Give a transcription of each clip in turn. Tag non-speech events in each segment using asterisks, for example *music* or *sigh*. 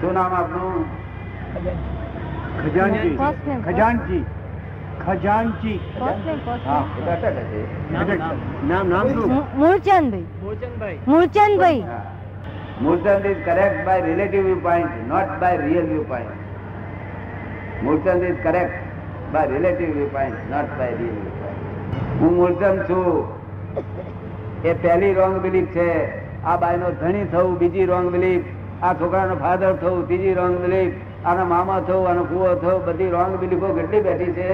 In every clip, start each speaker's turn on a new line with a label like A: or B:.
A: શું નામ આપનું
B: First name.
A: ખજાનજી ખજાનજી
B: First name, first
A: હા
B: name.
A: ઘટક હશે.
C: નામ,
A: ઘટક.
C: નામ.
A: નામ નામ શું?
B: મુ- મૂળચંદભાઈ
C: મોચનભાઈ
B: મૂળચંદભાઈ
A: હા. Multan is correct by relative viewpoint, not by real viewpoint. Multan is correct by relative viewpoint, not by real viewpoint. હું મૂર્તન છું એ પહેલી રોંગ બિલીફ છે આ બાયનો ધણી થવું બીજી રોંગ બિલીફ આ છોકરાનો ફાધર થવું ત્રીજી રોંગ બિલીફ આનો મામા થવું આનો કુવો થવું બધી રોંગ બિલીફો કેટલી બેઠી છે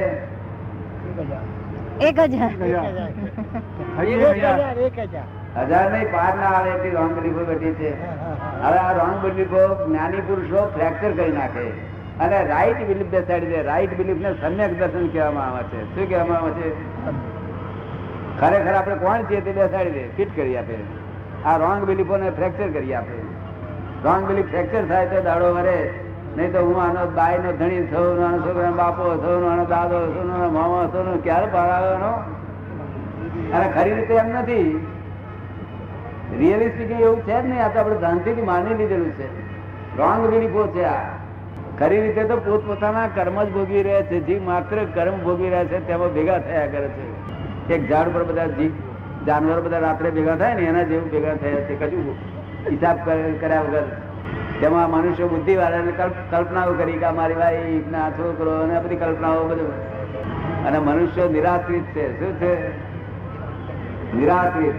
B: એક હજાર
A: હજાર નહીં પાર ના આવે એટલી રોંગ બિલીફો બેઠી છે હવે આ રોંગ બિલીફો જ્ઞાની પુરુષો ફ્રેક્ચર કરી નાખે અને રાઈટ બિલીફ બેસાડી દે રાઈટ બિલીફ ને સમ્યક દર્શન કહેવામાં આવે છે શું કહેવામાં આવે છે ખરેખર આપણે કોણ છીએ તે બેસાડી દે ફિટ કરી આપે આ રોંગ બિલીફોને ફ્રેક્ચર કરી આપે રોંગ બિલીફ ફ્રેક્ચર થાય તો દાડો વરે નહીં તો હું આનો બાયનો ધણી થયું આનો છોકરાનો બાપો થયું આનો દાદો થયું આનો મામો થયું ક્યારે બહાર આવ્યો અને ખરી રીતે એમ નથી રિયલિસ્ટિક એવું છે જ નહીં આ તો આપણે ધ્યાનથી માની લીધેલું છે રોંગ બિલીફો છે આ ખરી રીતે તો પોતપોતાના કર્મ જ ભોગવી રહ્યા છે જીવ માત્ર કર્મ ભોગવી રહ્યા છે તેમાં ભેગા થયા કરે છે એક ઝાડ પર બધા જીવ જાનવર બધા રાત્રે ભેગા થાય ને એના જેવું ભેગા થયા છે કશું હિસાબ કર- કર્યા વગર તેમાં મનુષ્ય બુદ્ધિ કલ્પનાઓ કરી કે આ મારી વાઈફ ને આ છોકરો અને આ બધી કલ્પનાઓ બધું અને મનુષ્ય નિરાશ્રિત છે શું છે નિરાશ્રિત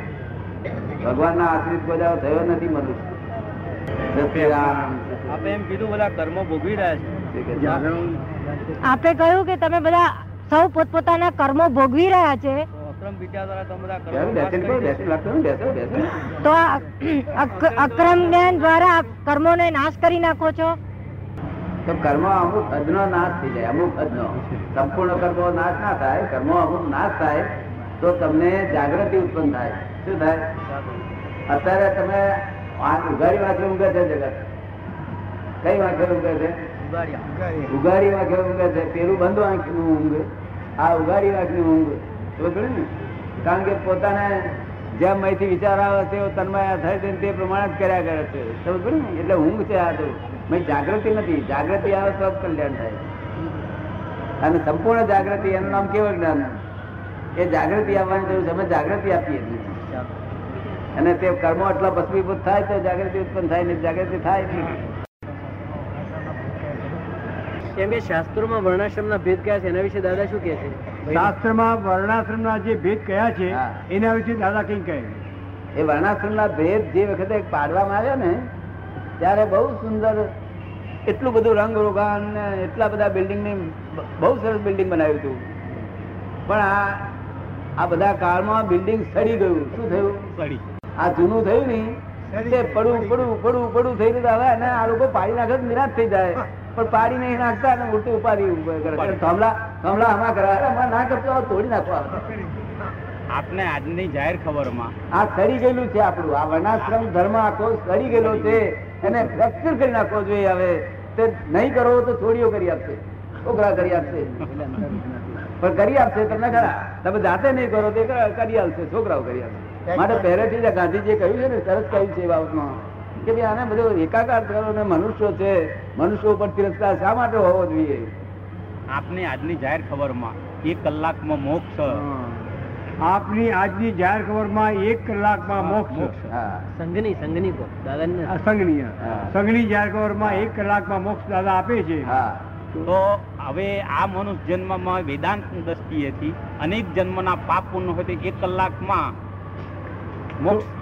A: ભગવાનના આશ્રિત કોઈ દાડો થયો નથી મનુષ્ય જય શ્રી રામ.
C: આપણે એમ કીધું બધા કર્મો ભોગવી રહ્યા
A: શ્રી
C: છે
A: કૃષ્ણ.
B: આપણે કહ્યું કે તમે બધા સૌ પોતપોતાના કર્મો ભોગવી રહ્યા છે
C: તો અક્રમ વિચાર દ્વારા તમે બધા કર્મો
A: બેસો ને,
C: નાશ
A: બેસો ને,
C: કરી
A: બેસો ને, લાગતું હોય ને, બેસો ને, બેસો ને.
B: તો આ અક- અક્રમ જ્ઞાન દ્વારા આપ કર્મોને નાશ કરી નાખો છો
A: તો કર્મ અમુક હદનો નાશ થઈ જાય અમુક હદનો સંપૂર્ણ કર્મો નાશ ના થાય કર્મો અમુક નાશ થાય તો તમને જાગૃતિ ઉત્પન્ન થાય શું થાય અત્યારે તમે આ ઉઘાડી વાંખે ઊંઘે છે જગત કઈ વાંખે ઊંઘે છે
C: ઉગાડ્યા.
A: ઉઘાડી વાંખે ઊંઘે છે પેલું બંધ વાંખનું ઊંઘ આ ઉઘાડી વાંખની ઊંઘ તો જોયું ને કારણ કે પોતાને જેમ અહીંથી વિચાર આવે છે એવો તન્માયા થાય છે ને તે પ્રમાણે જ કર્યા કરે છે સમજ પડી ને એટલે ઊંઘ છે આ તો મેં જાગૃતિ નથી જાગૃતિ આવે તો જ કલ્યાણ થાય અને સંપૂર્ણ જાગૃતિ એનું નામ કેવું જ્ઞાન એ જાગૃતિ આવવાની જરૂર છે અમે જાગૃતિ આપીએ છીએ અને તે કર્મો એટલા ભસ્મીભૂત થાય તો જાગૃતિ ઉત્પન્ન થાય ને જાગૃતિ થાય નહીં.
C: એમ કે શાસ્ત્રોમાં વર્ણાશ્રમના ભેદ કયા છે એના વિશે દાદા શું કહે છે
D: શાસ્ત્રમાં વર્ણાશ્રમના જે ભેદ કયા છે
A: હા.
D: એના વિશે દાદા કઈ કહે છે?
A: એ વર્ણાશ્રમના ભેદ જે વખતે પાડવામાં આવ્યા ને ત્યારે બહુ સુંદર એટલું બધું રંગ રોગાન ને એટલા બધા બિલ્ડિંગ બહુ સરસ બિલ્ડિંગ બનાવ્યું હતું પણ આ આ બધા કાળમાં બિલ્ડિંગ સડી ગયું શું થયું આ જૂનું થયું નહીં તે પડું પડું પડું પડું થઈ રહ્યું હવે અને આ લોકો પાડી નાખે તો નિરાશ થઈ જાય પણ પાડી નહીં નાખતા અને ઉલટું ઉપાડી ઉભા કરે છે. થાંભલા થાંભલા આમાં કરવા અરે આમાં ના કરતો આમાં તોડી નાખવા
C: આપને આજની જાહેર ખબરમાં
A: આ સડી ગયેલું છે આપણું આ વર્ણાશ્રમ ધર્મ આખો સડી ગયેલો છે એને ફ્રેક્ચર કરી નાખવો જોઈએ હવે તે નહીં કરો તો છોડીઓ કરી આપશે છોકરા કરી આપશે પણ કરી આપશે તમને ખરા તમે જાતે નહીં કરો તે કર- કરી આપશે છોકરાઓ કરી આપશે માટે પહેલેથી જ આ ગાંધીજીએ કહ્યું છે ને સરસ કહ્યું છે એ બાબતમાં કે ભાઈ આને બધો એકાકાર કરો ને મનુષ્યો છે મનુષ્યો ઉપર તિરસ્કાર શા માટે હોવો જોઈએ
C: આપની આજની જાહેર ખબરમાં એક કલાકમાં મોક્ષ
D: આપની આજની જાહેર ખબરમાં એક કલાકમાં મોક્ષ
C: મોક્ષ.
A: હા
C: સંઘની સંઘની કો દાદાને
D: આ સંઘની
A: હા.
D: સંઘની જાહેર ખબરમાં એક કલાકમાં મોક્ષ દાદા આપે છે
A: હા
E: તો હવે આ મનુષ્ય જન્મમાં વેદાંત દ્રષ્ટિએથી અનેક જન્મના પાપ પુણ્ય હોય તો એક કલાકમાં મોક્ષ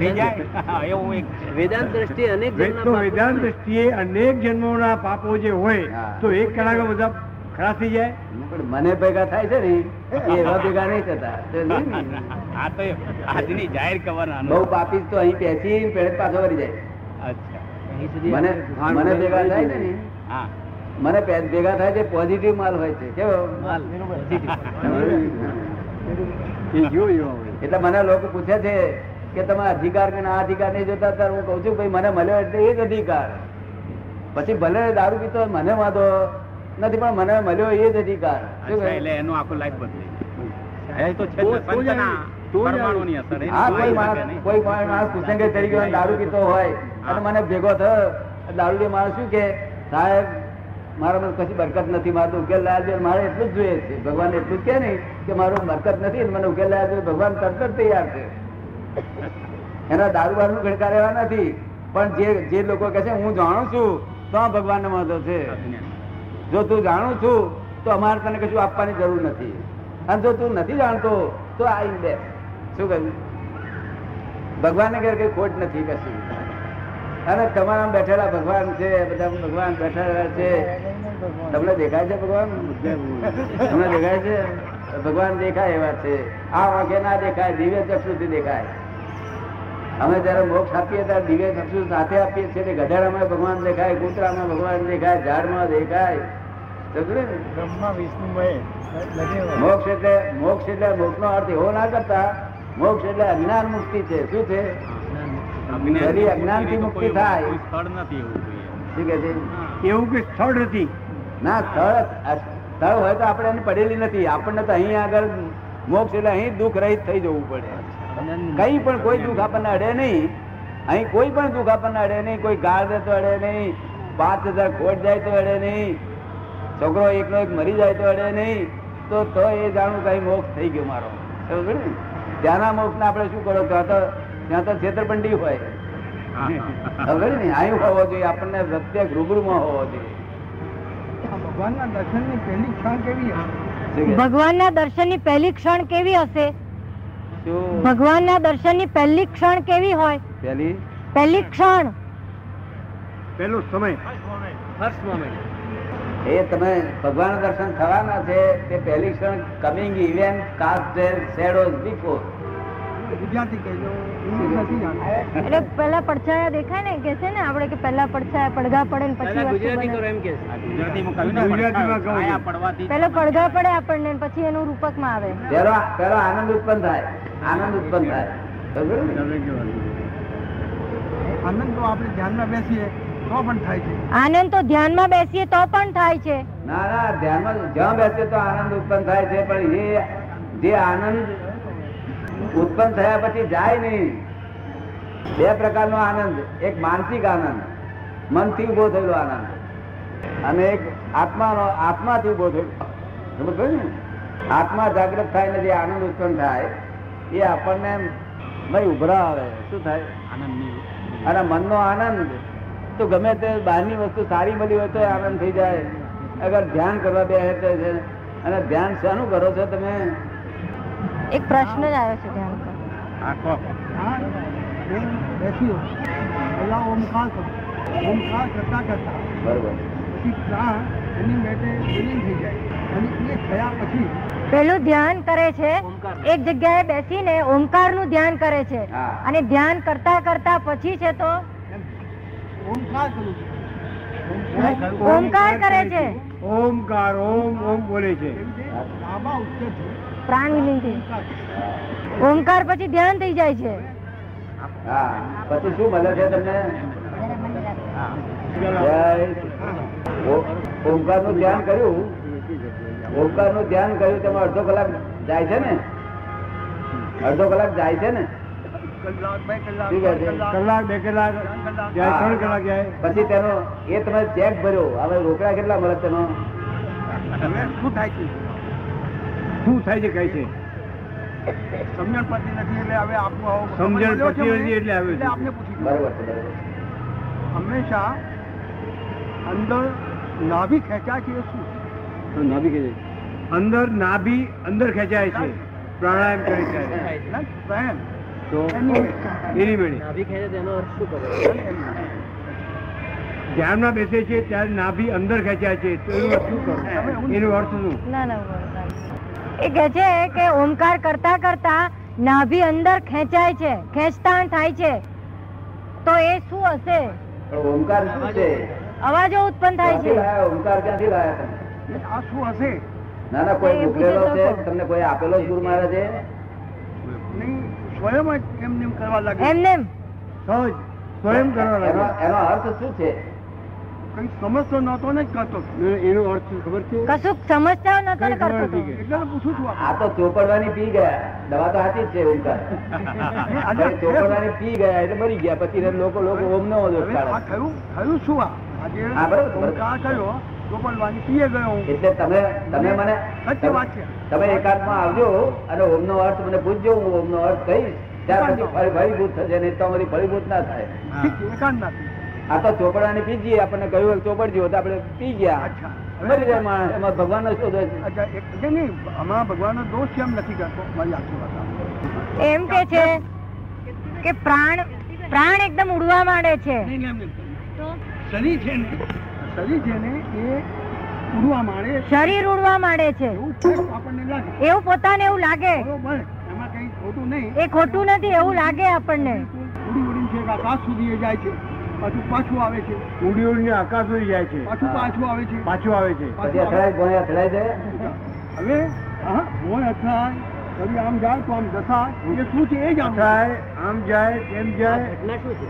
E: થઈ જાય એવું એક છે.
C: વેદાંત દ્રષ્ટિએ અનેક
D: વે-
C: જણના
D: તો
C: પાપો-
D: વેદાંત દ્રષ્ટિએ અનેક જન્મોના પાપો જે હોય
A: હા.
D: તો એક કલાકમાં બધા ખરા થઈ જાય
A: પણ મને ભેગા થાય છે ને એ એવા ભેગા નહીં થતા તે નહીં ને.
E: આ તો આજની જાહેર કરવાના
A: બહુ પાપી તો અહીં બેસી પેડ પાછો વળી જાય
E: અચ્છા
C: અહીં સુધી
A: મને મને ભેગા થાય છે ને
E: હા
A: મને પે- ભેગા થાય છે પોઝિટિવ માલ હોય છે કેવો
C: માલ.
D: એ જેવો એવા હોય
A: એટલે મને લોકો પૂછે છે કે તમે અધિકાર કે ના અધિકાર નહીં જોતા ત્યારે હું કહું છું ભાઈ મને મળ્યો એટલે એ જ અધિકાર પછી ભલે દારૂ પીતો હોય, મને વાંધો નથી પણ મને મળ્યો એ જ અધિકાર
E: અચ્છા,
A: શું કહ્યું?
E: એટલે એનું આખું લાઈફ બદલી જાય. એ તો છે જ ને,
D: તો- તો જ
E: પંચના
D: આવી- તો જ આવી.
E: પરમાણુની અસર. એનું
A: હા
E: કોઈ
A: કોઈ
E: શકે
A: માણસ
E: નહીં.
A: કોઈ માણસ કુસંગે તરીકે હોય, દારૂ પીતો હોય અને મને ભેગો થયો દારૂડી માણસ શું કે સાહેબ મારામાં કશી બરકત નથી મારો તો ઉકેલ લાયા જોઈએ મારે એટલું જ જોઈએ છે ભગવાન એટલું જ કે નહીં કે મારું બરકત નથી ને મને ઉકેલ લાયા જોઈએ ભગવાન તરત જ તૈયાર છે એના દારૂબારનું ગણકાર એવા નથી પણ જે જે લોકો કહે છે હું જાણું છું તો ભગવાનનો મહત્વ છે જો તું જાણું છું તો અમારે તને કશું આપવાની જરૂર નથી અને જો તું નથી જાણતો તો આ ઇન દે શું કહ્યું ભગવાનને ઘેર કઈ ખોટ નથી કશું અને તમારા બેઠેલા ભગવાન છે બધા ભગવાન બેઠેલા છે તમને દેખાય છે ભગવાન તમને દેખાય છે ભગવાન દેખાય એવા છે આ આંખે ના દેખાય દિવ્ય ચક્ષુથી દેખાય અમે જયારે મોક્ષ આપીએ ત્યારે દિવ્ય ચક્ષુ સાથે આપીએ છીએ એટલે ગધેડામાં ભગવાન દેખાય કૂતરામાં ભગવાન દેખાય ઝાડમાં દેખાય સમજ્યું ને?
D: બ્રહ્મા વિષ્ણુમય
A: મોક્ષ એટલે મોક્ષ એટલે મોક્ષનો અર્થ એવો ના કરતા મોક્ષ એટલે અજ્ઞાન મુક્તિ છે શું છે
E: અજ્ઞાનથી
A: જરી અજ્ઞાનથી
E: કોઈ-
A: મુક્તિ
E: કોઈ
A: થાય.
E: સ્થળ નથી એવું જોઈએ
A: શું કે છે
D: એવું કે સ્થળ નથી
A: ના સ્થળ સ્થળ હોય તો આપણે એને પડેલી નથી આપણને તો અહીં આગળ મોક્ષ એટલે અહીં દુઃખ રહિત થઈ જવું પડે કઈ પણ કોઈ દુઃખ આપણને અડે નહીં અહીં કોઈ પણ દુઃખ આપણને અડે નહીં કોઈ ગાળ દે તો અડે નહીં પાંચ હજાર ખોટ જાય તો અડે નહીં છોકરો એકનો એક મરી જાય તો અડે નહીં તો તો એ જાણું કઈ મોક્ષ થઈ ગયો મારો સમજો ને? ત્યાંના મોક્ષને આપણે શું કરો ત્યાં તો ત્યાં તો છેતરપંડી હોય સમજો ને અહીં હોવો જોઈએ આપણને પ્રત્યેક રૂબરૂમાં હોવો જોઈએ
D: ભગવાનના દર્શનની પહેલી ક્ષણ કેવી
A: શું કે?
B: ભગવાનના દર્શનની પહેલી ક્ષણ કેવી હશે
A: શું?
B: ભગવાનના દર્શનની પહેલી ક્ષણ કેવી હોય
A: પેલી
B: પહેલી ક્ષણ
D: પહેલો સમય
A: એ તમે ભગવાન દર્શન થવાના છે તે પહેલી ક્ષણ coming event cast shadows before
D: Gujarati કહેજો
B: એટલે પહેલા પડછાયા દેખાય ને કે છે ને આપણે કે પહેલા પડછાયા પડઘા પડે ને પછી વસ્તુ
E: આ
B: બને.
E: ગુજરાતીમાં કહ્યું ને,
D: ગુજરાતીમાં કહું.
E: આયા પડવાથી
B: પહેલા પડઘા પડે આપણને ને પછી એનું રૂપકમાં આવે
A: પેલો પેલો આનંદ ઉત્પન્ન થાય આનંદ ઉત્પન્ન થાય સમજો ને?
D: આનંદ તો આપણે ધ્યાનમાં બેસીએ તો પણ થાય છે
B: આનંદ તો ધ્યાનમાં બેસીએ તો પણ થાય છે
A: ના ના ધ્યાનમાં જ્યાં બેસે તો આનંદ ઉત્પન્ન થાય છે પણ એ જે આનંદ ઉત્પન્ન થયા પછી જાય નહીં બે પ્રકારનો આનંદ એક માનસિક આનંદ મનથી ઉભો થયેલો આનંદ અને એક આત્માનો આત્માથી ઉભો થયેલો સમજ પડી ને આત્મા જાગૃત થાય ને જે આનંદ ઉત્પન્ન થાય એ આપણને ભાઈ ઉભરા આવે શું થાય
E: આનંદની
A: અને મનનો આનંદ તો ગમે તે બહારની વસ્તુ સારી મળી હોય તો આનંદ થઈ જાય અગર ધ્યાન કરવા બે તો છે અને ધ્યાન શાનું કરો છો તમે
B: એક પ્રશ્ન જ આવ્યો છે ધ્યાન પર
E: આખો
D: હા બેસીઓ પહેલા ઓમકાર કરો ઓમકાર કરતા કરતા
A: બરોબર
D: પછી પ્રાણ એની માટે વિલીન થઈ જાય અને એ થયા પછી
B: પેલું ધ્યાન કરે છે
E: ઓમકાર.
B: એક જગ્યાએ બેસીને ઓમકાર નું ધ્યાન કરે છે
A: હા.
B: અને ધ્યાન કરતા કરતા પછી છે તો
D: ઓમકાર કરું છું.
B: ઓમકાર કરે છે
D: ઓમકાર ઓમ ઓમ બોલે છે લાંબા ઉચ્ચાર છે.
B: પ્રાણ વિલીનથી ઓમકાર પછી ધ્યાન થઈ જાય છે
A: હા પછી શું મળે છે તમને જય ઓમકાર નું ધ્યાન કર્યું ઓમકાર નું ધ્યાન કર્યું તમે અડધો કલાક જાય છે ને અડધો કલાક જાય છે ને શું કહે છે?
D: કલાક બે કલાક જાય ત્રણ કલાક જાય
A: પછી તેનો એ તમે ચેક ભર્યો હવે રોકડા કેટલા મળે તેનો
D: શું થાય છે શું થાય છે કઈ છે સમજણ પડતી નથી એટલે હવે આપનું
E: સમજણ પડતી નથી
D: એટલે આવે
E: છે.
D: આપને પૂછી લઉં.
A: બરોબર છે બરોબર
D: હંમેશા અંદર નાભી ખેંચાય છે એ શું
F: અંદર નાભી અંદર ખેંચાય છે પ્રાણાયામ કરે છે
D: એટલે પ્રેમ
F: તો
D: એની
F: એની મેળે ધ્યાનમાં બેસે છે ત્યારે નાભી અંદર ખેંચાય છે તો એનું અર્થ શું કરું એનો અર્થ શું
B: ના ના ઉભો રહો. એ કહે છે કે ઓમકાર કરતા કરતા નાભી અંદર ખેંચાય છે ખેંચતાણ થાય છે તો એ શું હશે
A: પણ ઓમકાર શું છે
B: અવાજો ઉત્પન્ન થાય
A: ક્યાંથી
B: છે
A: લાયા? ઓમકાર ક્યાંથી લાયા તમે?
D: આ શું હશે
A: ના ના કોઈ
B: એ પૂછે
A: મોકલેલો
B: તો
A: છે
B: કોણ?
A: તમને કોઈ આપેલો છે ગુરુ મહારાજે
D: નહીં સ્વયં જ એમ નેમ કરવા લાગે
B: એમને એમ.
F: સહજ સ્વયં કરવા લાગ્યો
A: એનો- એનો અર્થ શું છે
D: કંઈ સમજતો નહોતો ને જ કરતો
F: એનો અર્થ શું ખબર છે
B: કશું સમજતા નતો ને
F: કઈ ખબર
B: કરતો
F: નથી કે.
D: એટલે તો પૂછું છું
A: આ તો ચોપડવાની પી ગયા દવા તો સાચી જ છે
D: *laughs*
A: ઓમકાર
D: આપણે.
A: પણ ચોપડવાની પી ગયા એટલે મરી ગયા પછી લોકો લોકો ઓમ નો
D: હવે આ થયું થયું શું આ આજે
A: હા, બરાબર.
D: ઓમકાર થયો તો પણ વાંચીએ ગયો હું
A: એટલે તમે તમે મને
D: સાચી વાત છે.
A: તમે એકાંતમાં આવજો અને ઓમનો અર્થ મને પૂછજો હું ઓમનો અર્થ કહીશ ત્યાર પછી ફરી ફળીભૂત થશે નહીં તો અમારી ફળીભૂત ના થાય
D: ઠીક છે, એકાંત નથી
A: આ તો ચોપડાને પી જઈએ આપણને કહ્યું હોય કે ચોપડ જેવો તો આપણે પી ગયા
D: અચ્છા.
A: મરી જાય માણસ એમાં ભગવાનનો શું દોષ છે?
D: અચ્છા એક નહીં, નહીં આમાં ભગવાનનો દોષ કેમ નથી કરતો મારી આખી વાત આ.
B: એમ કે છે કે પ્રાણ પ્રાણ એકદમ ઉડવા માંડે છે
D: નહીં, એમ નહીં. શરીર છે ને શરીર છે ને એ ઉડવા માંડે
B: શરીર ઉડવા માંડે છે
D: એવું છે આપણને લાગે
B: એવું પોતાને એવું લાગે
D: બરોબર એમાં કંઈ ખોટું નહીં
B: એ ખોટું નથી એવું લાગે આપણને
D: ઉડી ઉડીને છે આકાશ સુધી એ જાય છે પાછું પાછું આવે છે
F: ઉડી ઉડીને આકાશ ઉડી જાય છે
D: પાછું પાછું આવે છે
F: પાછું આવે છે
A: પછી અથડાય ભોંય અથડાય જાય
D: હવે હા મોય અથડાય કદી આમ જાય તો આમ દશા એ શું છે એ જાણવું છે.
F: અથડાય, આમ જાય તેમ જાય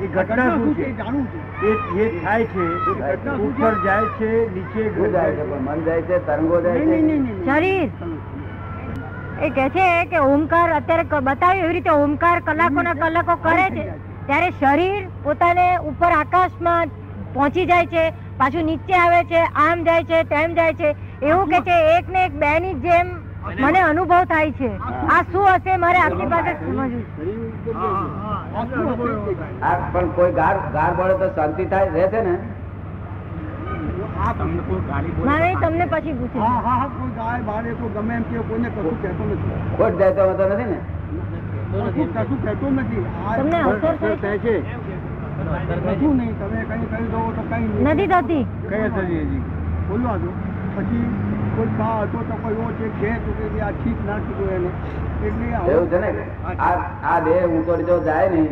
F: એ ઘટના
D: ઘટના
F: શું
D: શું
F: છે
D: છે એ જાણવું છે
F: એ જે થાય છે
D: ઘટના શું છે?
F: ઉપર જાય છે નીચે
A: શું જાય છે પણ મન જાય છે તરંગો જાય
D: નહીં,
A: છે
D: નહીં, નહીં, નહીં.
B: શરીર એ કે છે કે ઓમકાર અત્યારે ક- બતાવ્યું એવી રીતે ઓમકાર કલાકોના કલાકો કરે છે ત્યારે શરીર પોતાને ઉપર આકાશમાં પહોંચી જાય છે પાછું નીચે આવે છે આમ જાય છે તેમ જાય છે એવું કે છે એક ને એક બે ની જેમ મને અનુભવ થાય છે આ શું હશે મારે આપની પાસે સમજવું
D: હા, હા, હા. શું હતું?
A: આ પણ કોઈ ગાર ગાર પડે તો શાંતિ થાય રહે છે ને
D: આ તમને કોઈ ગાડી બોલે.
B: મારે તમને પછી પૂછ્યું
D: હા, હા, હા, કોઈ ગાય બાળે કોઈ ગમે એમ કે કોઈને કશું કહેતો નથી.
A: ખોટ જાય તો વાંધો નથી ને
D: કશું- કશું કહેતો નથી. આ
B: તમને અસર થાય છે?
F: થાય છે
D: કશું નહીં. તમે કંઈ કહી દો તો કંઈ નહીં.
B: નથી થતી
F: કયા શરીરે જી?
D: બોલવા દો. પછી કોઈ ઘા હતો તો કોઈ ઓછે ઘે તો કે આ ઠીક ના કીધું એને. એટલે
A: એવું
D: આવું-
A: છે ને આ આ દેહ ઊંચોડીતો જાય નહીં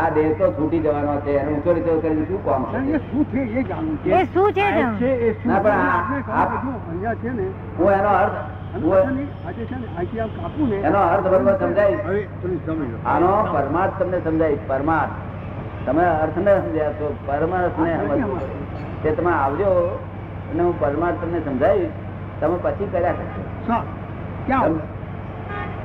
A: આ દેહ તો છૂટી જવાનો છે અને ઊંચોડીતો કરીને શું કામ છે
D: એ શું છે એ જાણવું છે.
B: એ શું છે
F: થાય
B: જાણ?
F: છે એ શું
A: ના, પણ આ-
D: આપણે
A: આ-
D: કહો કે જો અહીંયા છે ને
A: હું એનો અર્થ હું
D: અને આજે છે ને અહીંથી આમ કાપું ને
A: એનો અર્થ બરોબર સમજાય
F: હવે તમે સમજો
A: આનો પરમાર્થ તમને સમજાય પરમાર્થ તમે અર્થ ને સમજ્યા છો પરમાર્થ ને સમજો તે તમે આવજો અને હું પરમાર્થ તમને સમજાવીશ તમે પછી કર્યા કરશો
D: સા, ક્યાં
A: તમે-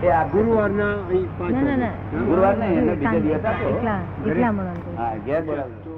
A: એ આ ગુરુવાર
F: ગુરુવારના અહીં પાંચ
B: ના ના
F: વાગે.
B: ના
A: ગુરુવાર નહીં એને બીજા દિવસ આપો
B: એકલા એકલા મળવાનું
A: હા ઘેર બોલાવજો